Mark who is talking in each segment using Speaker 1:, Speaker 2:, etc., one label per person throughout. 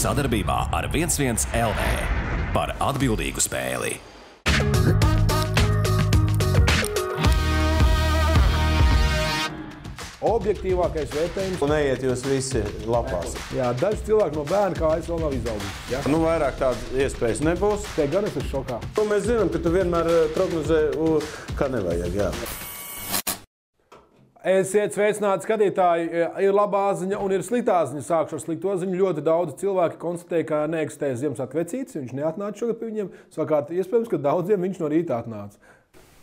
Speaker 1: sadarbībā ar 11 LV par atbildīgu spēli.
Speaker 2: Objektīvākais vērtējums.
Speaker 3: Un neiet jūs visi lapās.
Speaker 2: Jā, daži cilvēki no bērna kājas vēl nav izauguši. Ja?
Speaker 3: Nu, vairāk tādas iespējas nebūs.
Speaker 2: Te gan es esmu šokā.
Speaker 3: Nu, mēs zinām, ka tu vienmēr eh, prognozē, u, ka nevajag. Jā.
Speaker 2: Esiet sveicināti, skatītāji. Ir labā ziņa un ir sliktā ziņa. Sākšu ar slikto ziņu. Ļoti daudz cilvēku konstatēja, ka neeksistē Ziemassvētku vecītis. Viņš neatnāca šogad pie viņiem. Savukārt, iespējams, ka daudziem viņš no rīta atnāca.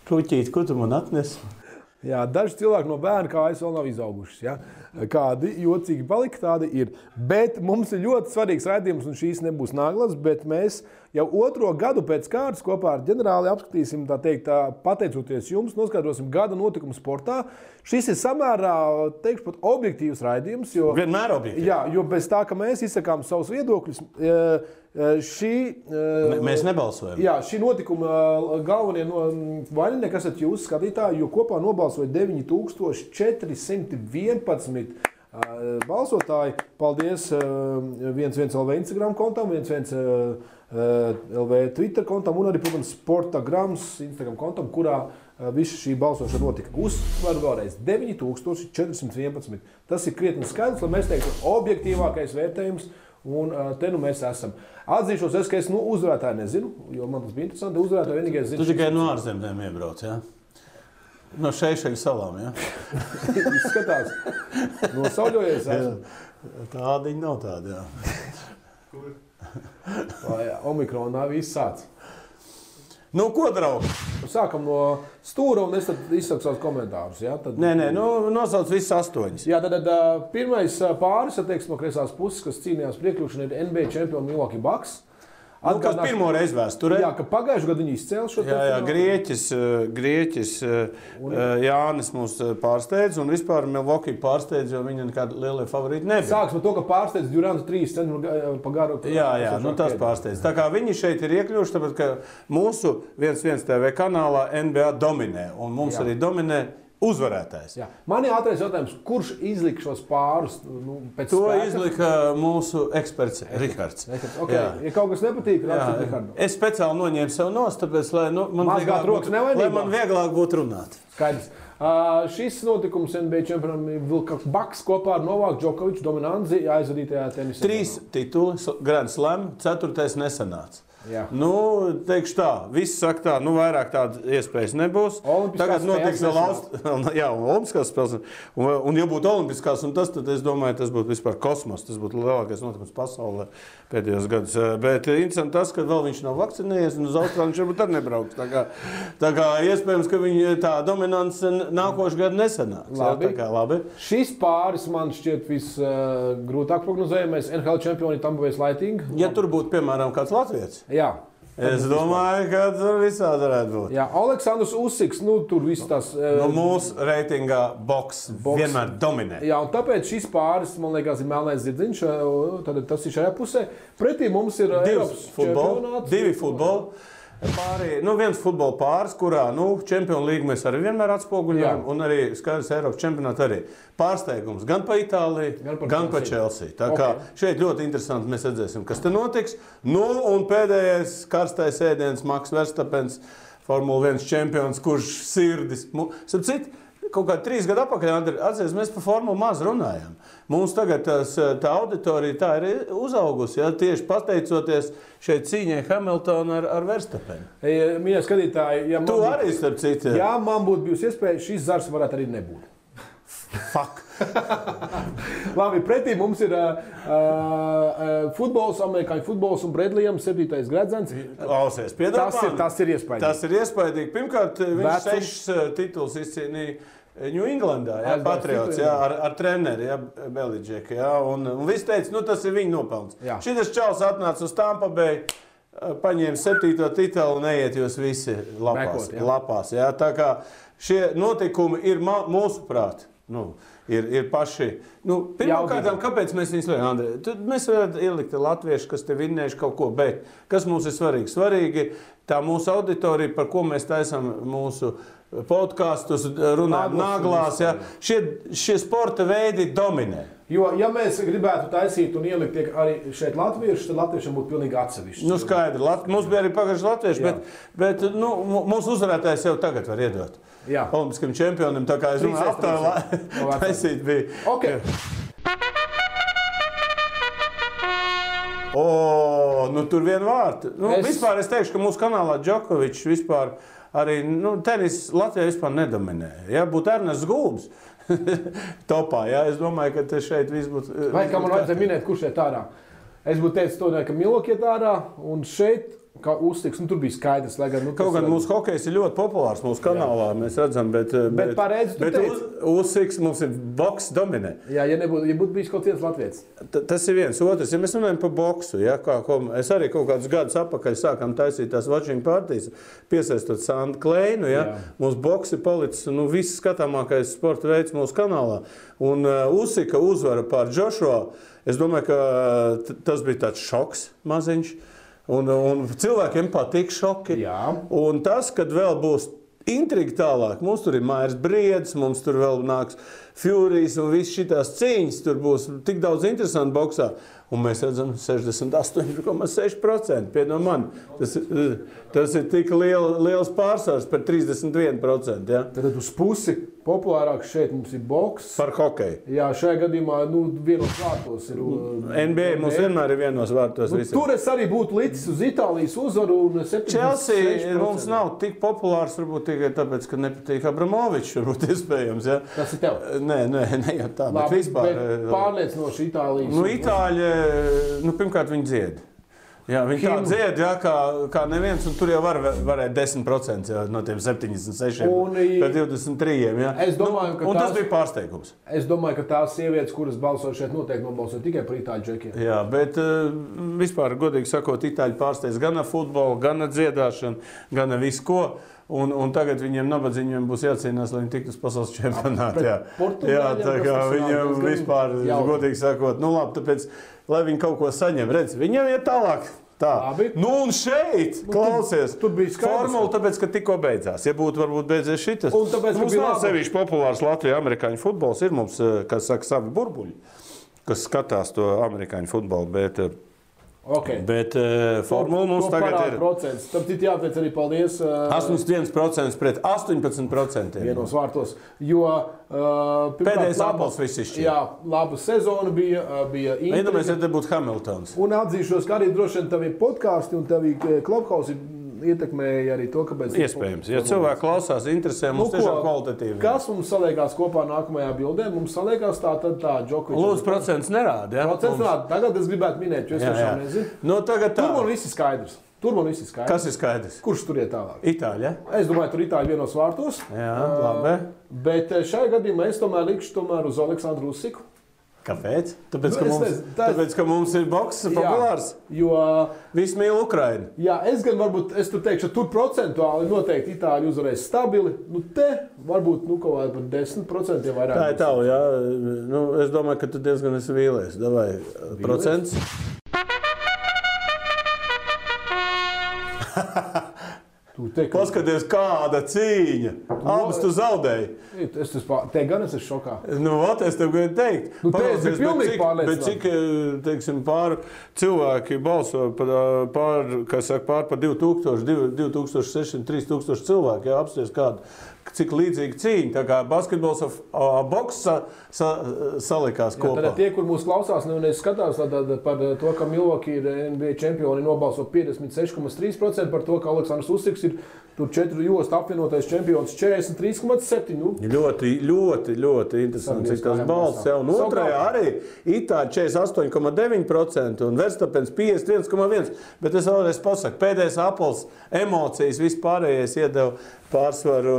Speaker 3: Kruķīt, ko tu man atnesi?
Speaker 2: Jā, daži cilvēki no bērna kājas vēl nav izauguši. Ja? Kādi jocīgi palika, tādi ir. Bet mums ir ļoti svarīgs raidījums, un šīs nebūs naglas. bet Mēs jau otro gadu pēc kārtas kopā ar ģenerāli apskatīsim, tā teikt, tā, pateicoties jums, noskaidrosim gada notikumu sportā. Šis ir samērā, teikšu, pat objektīvs raidījums. Jo...
Speaker 3: Vienmēr objektīvi.
Speaker 2: Jā, jo bez tā, ka mēs izsakām savus viedokļus, e, e, šī. e,
Speaker 3: M- Mēs nebalsojam.
Speaker 2: Jā, šī notikuma ā, galvenie no, mm, vaininieki esat jūs, skatītāji, jo kopā nobalsoja 9411 ā, eh, balsotāji. Paldies ā, viens viens LV Instagram kontam, viens viens ā, ā, LV Twitter kontam un arī, protams, Sportagrams Instagram kontam, kurā ā, visa šī balsošana notika. Uzsveru vēlreiz 9411. Tas ir krietni skaidrs, lai mēs teiktu, objektīvākais vērtējums. Un ā, te nu mēs esam. Atzīšos, es, ka es nu, uzvarētāju nezinu, jo man tas bija interesanti. Uzvarētāju vienīgais
Speaker 3: Tu
Speaker 2: zinu,
Speaker 3: tikai no ārzemēm iebrauc. Jā? No šešiņiem salām. Jā?
Speaker 2: kā viņš izskatās. Nosauļojies. esmu.
Speaker 3: Tāda viņa nav tāda. Jā.
Speaker 2: Vai Omikronā viss sācis.
Speaker 3: Nu, ko draugi?
Speaker 2: Sākam no stūra un es tad izsaku savus komentārus. Ja? Tad...
Speaker 3: Nē, nē, nu, nosauc visas astoņas.
Speaker 2: Jā, tad, tad ā, pirmais ā, pāris attieksmes no kreisās puses, kas cīnījās priekšlikšana, ir NBA čempions Milwaukee Bucks.
Speaker 3: Nu, kas
Speaker 2: Atgādās-
Speaker 3: pirmo reizi vēsturē?
Speaker 2: Jā, ka pagājušajā gadā viņi izcēla šo
Speaker 3: Jā, jā,
Speaker 2: te-
Speaker 3: Grieķis, eh, Grieķis eh, eh, Jānis mums eh, pārsteidz, un vispār Milvoki pārsteidz, jo viņi nekādi lielie favorīti nebija.
Speaker 2: Sāks ar to, ka pārsteidz Durants 3 centimetru ga- pa garu.
Speaker 3: Jā, jā, nu tas pārsteidz. Tā kā viņi šeit ir iekļuvuši, tāpēc ka mūsu 1-1 TV kanālā NBA dominē, un mums
Speaker 2: Jā.
Speaker 3: jā. arī dominē uzvarētājs.
Speaker 2: Jā. Man ir ātrākais jautājums, kurš izlika šos pārus nu, pēc
Speaker 3: To
Speaker 2: spēka?
Speaker 3: izlika mūsu eksperts Rihards.
Speaker 2: Okay. Jā. Ja kaut kas nepatīk,
Speaker 3: Jā,
Speaker 2: tad
Speaker 3: jā.
Speaker 2: Rihardo.
Speaker 3: Es speciāli noņēmu sev no stūra, lai nu, man
Speaker 2: Mazgāt
Speaker 3: vieglāk
Speaker 2: rokas
Speaker 3: būtu- lai
Speaker 2: nevainībā?
Speaker 3: man vieglāk būtu runāt.
Speaker 2: Skaidrs. Uh, šis notikums NBA čempionam Vilkaks Baks kopā ar Novāku Džokoviču dominanci aizvadītajā tenisā.
Speaker 3: Trīs tituli, Grand Slam, ceturtais nesanāca.
Speaker 2: Jā.
Speaker 3: Nu, teikšu tā, viss saka, tā, nu, vairāk tādas iespējas nebūs.
Speaker 2: Olimpiskās
Speaker 3: Tagad notiks vēl
Speaker 2: spēles
Speaker 3: Aust- jā, un Olimpiskās spēles. Un, un ja būtu Olimpiskās, un tas, tad es domāju, tas būtu vispār kosmos. Tas būtu lielākais notikums pasaulē pēdējos gados. Bet interesanti tas, ka vēl viņš nav vakcinējies, un uz Austrāliju viņš varbūt arī nebrauks. Tā kā, tā kā iespējams, ka viņa tā dominance nākošais gads nesanāks. Jā,
Speaker 2: Labi.
Speaker 3: tā kā, labi.
Speaker 2: Šis pāris man šķiet visgrūtāk uh, prognozējamais. NHL čempioni Tambuvēs Lightning.
Speaker 3: Ja tur būtu, piemēram, kāds latviečs.
Speaker 2: Jā.
Speaker 3: Es domāju, ka tur visādi varētu būt.
Speaker 2: Jā, Aleksandrs Usiks, nu tur viss tas.
Speaker 3: No
Speaker 2: Uh,
Speaker 3: mūsu reitingā boks
Speaker 2: Boks.
Speaker 3: vienmēr dominē.
Speaker 2: Jā, un tāpēc šis pāris, man liekas, ir melnais zirdziņš. ā, Tad tas ir šajā pusē. Pretī mums ir ā,
Speaker 3: Divas
Speaker 2: Eiropas
Speaker 3: futbola,
Speaker 2: čempionāts.
Speaker 3: divi futbola. Pārī, nu, viens futbola pāris, kurā nu, čempionu līniju mēs arī vienmēr atspoguļojam,
Speaker 2: Jā.
Speaker 3: un arī skaidrs Eiropas čempionātā arī pārsteigums gan par Itāliju,
Speaker 2: Gan par
Speaker 3: gan par Chelsea.
Speaker 2: Chelsea.
Speaker 3: Tā kā šeit ļoti interesanti mēs redzēsim, kas te notiks. Nu, un pēdējais karstais ēdiens, Maks Verstapens, Formule 1 čempions, kurš sirdis. mu- Starp citu, Kaut kā trīs gadu atpakaļ, atcerieties, mēs par formulu maz runājām. Mums tagad tas, eh, tā auditorija tā ir uzaugusi ja, tieši pateicoties šai cīņai Hamiltonam ar, ar Verstapenu.
Speaker 2: E, Mīļie skatītāji, ja man,
Speaker 3: Tu
Speaker 2: būtu-
Speaker 3: arī, starp citu,
Speaker 2: ja man būtu bijusi iespēja, šis zars varētu arī nebūt.
Speaker 3: fuck.
Speaker 2: Labi, pretī mums ir uh, uh, futbols, amerikāņu futbols un Bredlijam, septītais gradzens.
Speaker 3: Klausies, piedod
Speaker 2: Tas ir,
Speaker 3: mani.
Speaker 2: tas ir iespējams. Tas...
Speaker 3: Tas ir iespaidīgi. Pirmkārt, viņš
Speaker 2: Vecums.
Speaker 3: Vecums. sešas eh, titulus izcīnīja. eh, Ņūjenglandā, Jā,
Speaker 2: Aizbrauc
Speaker 3: Patriots,
Speaker 2: tituliem.
Speaker 3: jā, ar, ar treneri, Jā, Beliģeku. Jā, un, un viss teica, nu tas ir viņa nopelns.
Speaker 2: Jā.
Speaker 3: Šis čels atnāca uz Tampabēju, paņēma septīto titulu un neiet jūs visi lapās.
Speaker 2: Bekot, jā.
Speaker 3: lapās jā. Tā kā šie notikumi ir ma- mūsuprāt. Nu, ir, ir paši. Nu, Pirmkārt,
Speaker 2: Jaudīgi.
Speaker 3: kāpēc mēs viņus liekam? Andrej? Tu- Mēs varam ielikt latviešu, kas te vinnējuši kaut ko, bet kas mums ir svarīgi? Svarīgi tā mūsu auditorija, par ko mēs taisām mūsu podkāstus,
Speaker 2: Naglas
Speaker 3: runājam,
Speaker 2: un
Speaker 3: naglās. Ja? Šie, šie sporta veidi dominē.
Speaker 2: Jo, ja mēs gribētu taisīt un ielikt tiek arī šeit latviešu, tad latviešiem būtu pilnīgi atsevišķi.
Speaker 3: Nu, skaidri, Lat... mums bija arī pagājušā latvieši,
Speaker 2: Jā.
Speaker 3: bet, bet nu, mu- mūsu uzvarētājs jau tagad var iedot.
Speaker 2: Jā.
Speaker 3: Olimpiskam čempionam, tā kā es
Speaker 2: Trīs
Speaker 3: domāju,
Speaker 2: aiz trīs, jā.
Speaker 3: aptuveni
Speaker 2: Labāk.
Speaker 3: taisīt bija.
Speaker 2: Okay.
Speaker 3: O, nu, tur vien vārti. Nu, es...
Speaker 2: Es-
Speaker 3: Vispār es teikšu, ka mūsu kanālā Džokovičs vispār arī nu, tenis Latvijā vispār nedominē. Ja būtu Ernests Gulbs topā, ja es domāju, ka te šeit viss būtu. eh,
Speaker 2: Vai
Speaker 3: viss
Speaker 2: kā
Speaker 3: būtu
Speaker 2: man vajadzēja
Speaker 3: kārtībā.
Speaker 2: minēt, kurš šeit ārā? Es būtu teicis, to jāsaka, Miloka iet ārā un šeit. Kā uztiks, nu, tur bija skaidrs, lai gan. Nu,
Speaker 3: Kaut
Speaker 2: tas
Speaker 3: gan
Speaker 2: ir-
Speaker 3: mūsu hokejs ir ļoti populārs mūsu kanālā, Jā. mēs redzam, bet, eh,
Speaker 2: Bet pareizi tu
Speaker 3: bet
Speaker 2: teici.
Speaker 3: uz, uzsiks mums ir boks dominē.
Speaker 2: Jā, ja nebūtu ja būtu bijis kaut viens latviečs.
Speaker 3: T tas ir viens. Otrs, ja mēs runājam par boksu, ja, kā, ko, es arī kaut kādus gadus atpakaļ sākām taisīt tās watching partijas, piesaistot Sandu Kleinu. Ja.
Speaker 2: Jā.
Speaker 3: Mums boks ir palicis nu, viss skatāmākais sporta veids mūsu kanālā. Un uh, Usika uzvara pār Džošo, es domāju, ka t- tas bija tāds šoks maziņš. Un, un cilvēkiem patīk šoki.
Speaker 2: Jā.
Speaker 3: Un tas, kad vēl būs intriga tālāk, mums tur ir Maijas Briedis, mums tur vēl nāks Furijas un visas šīs cīņas. Tur būs tik daudz interesantu boxā. Un mēs redzam, 68,6% piedod man. Tas, ir- tas ir tik liel, liels pārsvars par 31% ja?
Speaker 2: Tad uz pusi populārāk šeit mums ir boks.
Speaker 3: par hokeju.
Speaker 2: Jā, šajā gadījumā nu, vienos vārtos ir. uh,
Speaker 3: NBA mums vienmēr ir vienos vārtos.
Speaker 2: Nu,
Speaker 3: visiem.
Speaker 2: tur es arī būtu licis uz Itālijas uzvaru un 76%.
Speaker 3: Chelsea mums nav tik populārs, varbūt tikai tāpēc, ka nepatīk Abramovičs. Varbūt iespējams, ja? Eh,
Speaker 2: Tas ir tev.
Speaker 3: Nē, nē, ne jau tā, bet
Speaker 2: Labi,
Speaker 3: vispār.
Speaker 2: bet
Speaker 3: eh,
Speaker 2: Pārliecinoši Itālijas.
Speaker 3: Nu, itāļi, nu, pirmkārt, viņi dzied. Jā, viņi tā
Speaker 2: Himnu.
Speaker 3: dzied, jā, kā, kā neviens, un tur jau var, varēja 10% jau no tiem 76
Speaker 2: Un, i-
Speaker 3: par 23. Jā. Nu,
Speaker 2: Es domāju, ka
Speaker 3: un tas
Speaker 2: tās-
Speaker 3: bija pārsteigums.
Speaker 2: Es domāju, ka tās sievietes, kuras balso šeit, noteikti nobalso tikai par itāļu džekiem.
Speaker 3: Jā, bet eh, vispār, godīgi sakot, itāļi pārsteidz gan ar futbolu, gan ar dziedāšanu, gan ar visu ko. Un, un tagad viņiem, nabadzīgiem, būs jācīnās, lai viņi tiktu uz pasaules čempionātu. Jā,
Speaker 2: Portugāļiem
Speaker 3: jā tā
Speaker 2: tas
Speaker 3: kā
Speaker 2: tas
Speaker 3: viņiem
Speaker 2: nav diezgan
Speaker 3: vispār,
Speaker 2: jautri.
Speaker 3: godīgi sakot, nu labi, tāpēc, lai viņi kaut ko saņem, redz, viņiem iet tālāk. Tā.
Speaker 2: Labi.
Speaker 3: Nu, un šeit, nu, klausies,
Speaker 2: tur bija skaidrs,
Speaker 3: formula, tāpēc, ka tikko beidzās. Ja būtu varbūt beidzies šis,
Speaker 2: Un tāpēc, ka
Speaker 3: mums
Speaker 2: bija
Speaker 3: nav
Speaker 2: laba-
Speaker 3: sevišķi populārs Latvijas amerikāņu futbols, ir mums, eh, kas saka, savi burbuļi kas skatās to amerikāņu futbolu. Bet, eh,
Speaker 2: Okay.
Speaker 3: bet eh, formula mums tagad ir
Speaker 2: Procents. Tam citam jāpēc arī paldies. Uh,
Speaker 3: 81% pret 18%.
Speaker 2: Vienos vārtos. Jo, uh, pirmkārt,
Speaker 3: Pēdējais
Speaker 2: laba-
Speaker 3: apels viss nu, izšķīra.
Speaker 2: Jā, laba sezona bija. Uh, bija
Speaker 3: Iedomājieties,
Speaker 2: intriga.
Speaker 3: ja te būtu Hamiltons.
Speaker 2: Un atzīšos, ka arī droši vien tavi podkāsti un tavi uh, klubhausi mm, ietekmēja arī to, kāpēc.
Speaker 3: Iespējams, ja cilvēki klausās, interesē
Speaker 2: Nu,
Speaker 3: mums
Speaker 2: ko,
Speaker 3: tiešām kvalitatīvi.
Speaker 2: Kas mums saliekās kopā nākamajā bildē? Mums saliekās tā, tad tā, Džokovičs.
Speaker 3: Lūdzu, procents nerāda. Ja?
Speaker 2: Procents
Speaker 3: Mums-
Speaker 2: rāda. Tagad es gribētu minēt, jo es
Speaker 3: Jā,
Speaker 2: tiešām
Speaker 3: jā.
Speaker 2: nezinu.
Speaker 3: Nu, tagad
Speaker 2: Tur man
Speaker 3: tā.
Speaker 2: viss ir skaidrs. Tur man viss ir skaidrs.
Speaker 3: Kas ir skaidrs?
Speaker 2: Kurš tur iet tālāk?
Speaker 3: Itāļa.
Speaker 2: Es domāju, tur itāļi vienos vārtos.
Speaker 3: Jā,
Speaker 2: Ā,
Speaker 3: labi.
Speaker 2: Bet eh, šajā gadījumā es tomēr likšu tomēr uz Aleksandru Usiku.
Speaker 3: Kāpēc? Tāpēc,
Speaker 2: Nu,
Speaker 3: ka
Speaker 2: es
Speaker 3: mums,
Speaker 2: nezinu, tas-
Speaker 3: tāpēc, ka mums ir boks populārs.
Speaker 2: Jo, eh,
Speaker 3: Visi mīl Ukrainu.
Speaker 2: jā, es gan varbūt, es tur teikšu, tur procentuāli noteikti itāļi uzvarēs stabili. Nu, te varbūt nu, kaut kādā par 10% vairāk.
Speaker 3: Tā ir tava, jā. Nu, es domāju, ka tu diezgan esi vīlies. Davai, eh, procents.
Speaker 2: Tu te, ka...
Speaker 3: Paskaties, kāda cīņa! Abas tu zaudēji!
Speaker 2: Es tas pār... Te gan es esmu šokā.
Speaker 3: Nu, vat, es tev gribēju teikt,
Speaker 2: Nu, te es
Speaker 3: Paklausies,
Speaker 2: biju pilnīgi
Speaker 3: bet cik, bet
Speaker 2: pārliecināts.
Speaker 3: cik eh, teiksim, pār cilvēki balso par eh, pār, kas saka, pār par 2000, div- 2600, 3000 cilvēku. Jā, apsties kādu, cik līdzīga cīņa. Tā kā basketbols ar ar boksu sa, sa, eh, salikās
Speaker 2: Tad
Speaker 3: kopā.
Speaker 2: tie, kur mūsu klausās, nu, skatās tad, tad, par eh, to, ka Milvoki ir NBA čempioni, nobalso 56,3%, par to, ka Aleksandrs Usiks ir tur četru jostu apvienotais čempions 43,7%. Nu,
Speaker 3: Ļoti, ļoti, ļoti interesanti,
Speaker 2: Sabiedriskā
Speaker 3: cik tas
Speaker 2: jābalsā.
Speaker 3: balsts jau no
Speaker 2: Savukārt-
Speaker 3: otrajā arī itāļi 48,9% un verstapens 51,1%. Bet es vēlreiz pasaku, pēdējais apels, emocijas, vispārējais iedeva pārsvaru.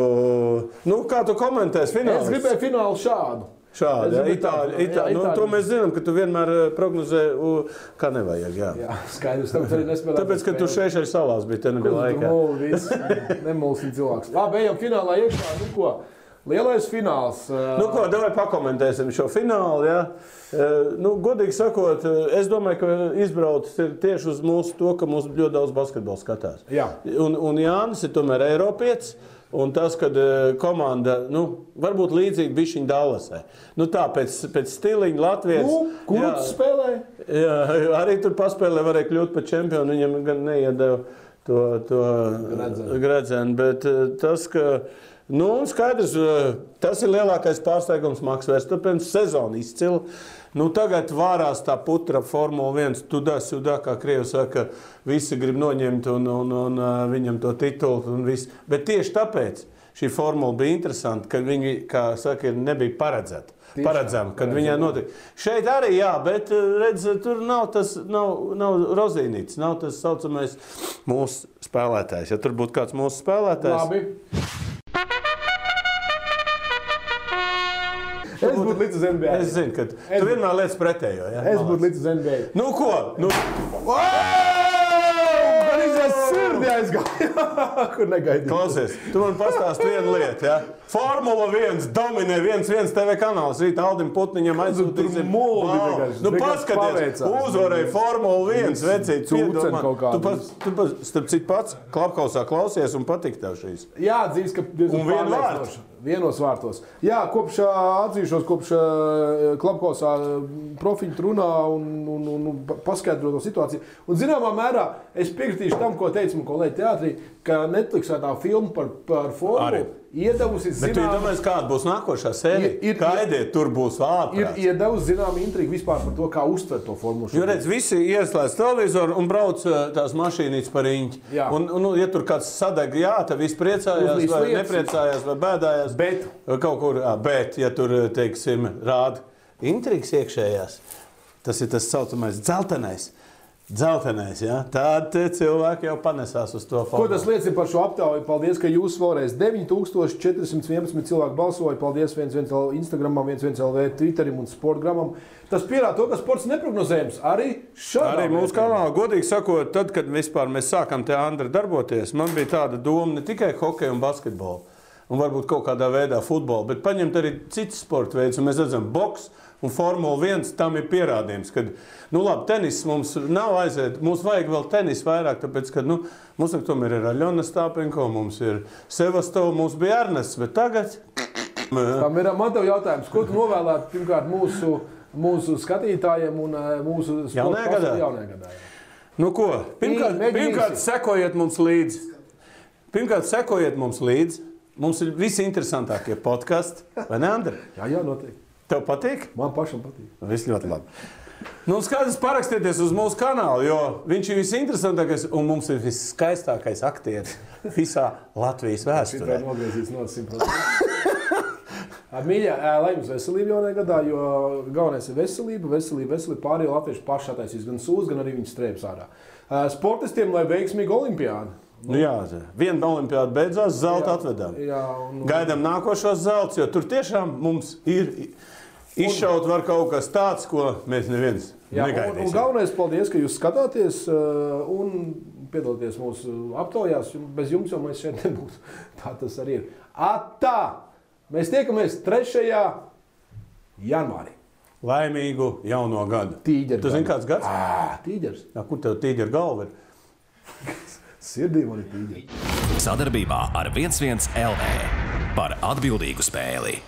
Speaker 3: Nu, kā tu komentēsi
Speaker 2: Es
Speaker 3: finālu?
Speaker 2: gribēju finālu šādu.
Speaker 3: Šādi,
Speaker 2: Es
Speaker 3: jā,
Speaker 2: gribēju tādu,
Speaker 3: itāļi,
Speaker 2: jā,
Speaker 3: itāļi. Nu, to
Speaker 2: itāļi.
Speaker 3: mēs zinām, ka tu vienmēr eh, prognozē, u, kā nevajag. Jā.
Speaker 2: Jā, skaidrs, tāpēc arī nespēlēju.
Speaker 3: Tāpēc, ka tu šeit arī salās bija, te nebija laika.
Speaker 2: Nemulsini Nu, cilvēks. Labi, ejam finālā iekšā. Nu, ko? Lielais fināls. eh,
Speaker 3: Nu, ko, davai pakomentēsim šo finālu. Ja? E, Nu, godīgi sakot, e, es domāju, ka izbraucis ir tieši uz mūsu to, ka mums ļoti daudz basketbolu skatās.
Speaker 2: Jā.
Speaker 3: Un, un Jānis ir tomēr Eiropietis. Un tas, kad eh, komanda, nu, varbūt līdzīgi bija viņa Dallasē. Nu, tā pēc, pēc stiliņa Latvijas.
Speaker 2: Nu,
Speaker 3: jā.
Speaker 2: Kurš spēlē?
Speaker 3: Jā, arī tur paspēlē, varēja kļūt par čempionu. Viņam gan neiedeva to, to
Speaker 2: Gredzenu.
Speaker 3: gredzenu. Bet eh, tas, ka. Nu, un skaidrs, eh, tas ir lielākais pārsteigums Maks Verstapens. Sezona izcila. Nu, tagad vārās tā putra Formula 1, tudā, sudā, kā Krievs saka, visi grib noņemt un, un, un eh, viņam to titulu. un viss. Bet tieši tāpēc šī formula bija interesanta, ka viņi, kā saka, ir- nebija paredzēta.
Speaker 2: Tieši tā,
Speaker 3: Paredzama, kad viņai notika. Šeit arī, jā, bet redziet, tur nav tas, nav, nav rozīnīts, nav tas saucamais mūsu spēlētājs. Ja tur būtu kāds mūsu spēlētājs,
Speaker 2: Labi. Es būtu līdz uz NBA.
Speaker 3: es zinu, ka
Speaker 2: Es
Speaker 3: tu vienmēr lietas pretējo. Ja?
Speaker 2: Es
Speaker 3: Malāc.
Speaker 2: būtu līdz uz NBA.
Speaker 3: Nu, ko? Nu...
Speaker 2: Arī zvaigznes sirdī aizgāja. Kur negaidīju?
Speaker 3: Klausies, tu man pastāsti vienu lietu. Ja? Formula 1 dominē viens, viens TV kanāls. Rīt Aldim Putniņam aizsūtīsim
Speaker 2: Nu, muldi
Speaker 3: Vau!
Speaker 2: vienkārši,
Speaker 3: Nu,
Speaker 2: vienkārši
Speaker 3: paskaties,
Speaker 2: paveicās.
Speaker 3: uzvarēja Formula 1 vecīt.
Speaker 2: Cūceni kaut kādu.
Speaker 3: Tu pats, tu pats, starp citu, pats klapkausā klausies un patīk tev šīs.
Speaker 2: Jā, dzīves, ka diezgan
Speaker 3: Un vien
Speaker 2: pārliecinoši. Vienos vārtos. Jā, kopš ā, atzīšos, kopš klapkosā profiņu runā un, un, un, un pa- paskaidro to situāciju. Un zināmā mērā es piekritīšu tam, ko teica man kolēģi teātrī, ka Netflixā tā filma par, par formu
Speaker 3: Arī.
Speaker 2: iedavusi
Speaker 3: Bet tu
Speaker 2: zināmu.
Speaker 3: iedomājies, kāda būs nākošā sērija?
Speaker 2: Ir- ir-
Speaker 3: Gaidiet, tur būs
Speaker 2: Ir
Speaker 3: ātrāk.
Speaker 2: iedevusi zināmu intrigu vispār par to, kā uztvert to formulu.
Speaker 3: Jo
Speaker 2: šobrīd.
Speaker 3: redz, visi ieslēdz televizoru un brauc eh, tās mašīnītes par īņķi.
Speaker 2: Jā.
Speaker 3: Un, un, nu, ja tur kāds sadeg, jā, tad viss priecājās,
Speaker 2: Uzlīst
Speaker 3: vai
Speaker 2: lietas.
Speaker 3: nepriecājās, vai bēdājās. Eh,
Speaker 2: Bet.
Speaker 3: kaut kur, jā, bet, ja tur, eh, teiksim, rāda intrigas iekšējās, tas ir tas saucamais dzeltenais. Dzeltenais, jā. Tad eh, cilvēki jau panesās uz to
Speaker 2: Ko
Speaker 3: formulu.
Speaker 2: tas liecina par šo aptauju? Paldies, ka jūs vēlreiz 9411 cilvēku balsoja. Paldies 11 Instagram, 11 LV, Twitterim un Sportgramam. Tas pierāda to, ka sports neprognozējams arī šādi.
Speaker 3: Arī mūsu kanālā, godīgi sakot, tad, kad vispār mēs sākām te Andri darboties, man bija tāda doma ne tikai hokeja un basketbola, un varbūt kaut kādā veidā futbola, bet paņemt arī citas sporta veidus. Un Mēs redzam, boks un formula viens tam ir pierādījums, ka, nu labi, tenis mums nav aiziet, mums vajag vēl tenis vairāk, tāpēc, ka, nu, mums ir tomēr ir Aļona Stāpenko, mums ir Sevastov, mums bija Ernests, bet tagad...
Speaker 2: Tam ir man tev jautājums, ko tu novēlētu pirmkārt mūsu, mūsu skatītājiem un eh, mūsu
Speaker 3: Jaunajā
Speaker 2: sporta
Speaker 3: gadā?
Speaker 2: pasaules- jaunajā gadā. jā.
Speaker 3: Nu, ko? Pirmkārt,
Speaker 2: Mēģini
Speaker 3: pirmkārt
Speaker 2: visu.
Speaker 3: sekojiet mums līdzi. Pirmkārt, sekojiet mums līdzi. Mums ir visinteresantākie podkāstī, vai ne, Andri?
Speaker 2: Jā, jā, noteikti.
Speaker 3: Tev patīk?
Speaker 2: Man pašam patīk.
Speaker 3: Viss ļoti labi. Nu, un skaidrs, parakstieties uz mūsu kanālu, jo viņš ir visinteresantākais un mums ir viskaistākais aktieris visā Latvijas
Speaker 2: Citādi
Speaker 3: vēsturē.
Speaker 2: nogriezīs no 100%. Ā, Mīļā, ā, lai jums veselība jaunajā gadā, jo galvenais ir veselība, veselība, veselība. Pārējie latvieši paši attaisīs gan sūs, gan arī viņas strēps ārā. Ā, Sportistiem lai veiksmīga olimpiāda.
Speaker 3: Nu, jā, viena olimpiāda beidzās, zelta atvedām.
Speaker 2: Jā, un,
Speaker 3: Gaidām nākošos zelts, jo tur tiešām mums ir izšaut var kaut kas tāds, ko mēs neviens
Speaker 2: jā, un, un
Speaker 3: negaidīsim.
Speaker 2: galvenais paldies, ka jūs skatāties ā, un piedalāties mūsu aptaujās. Jo Bez jums jau mēs šeit nebūtu. Tā tas arī ir. Atā! Mēs tiekamies 3. janvārī.
Speaker 3: Laimīgu jauno gadu.
Speaker 2: Tīģeru
Speaker 3: Tu zini,
Speaker 2: gadu. Ah.
Speaker 3: kāds gads?
Speaker 2: Ā, tīģers.
Speaker 3: Jā, kur tev tīģeru galva ir?
Speaker 2: Sirdī man ir tīģers.
Speaker 1: Sadarbībā ar 11 LV par atbildīgu spēli.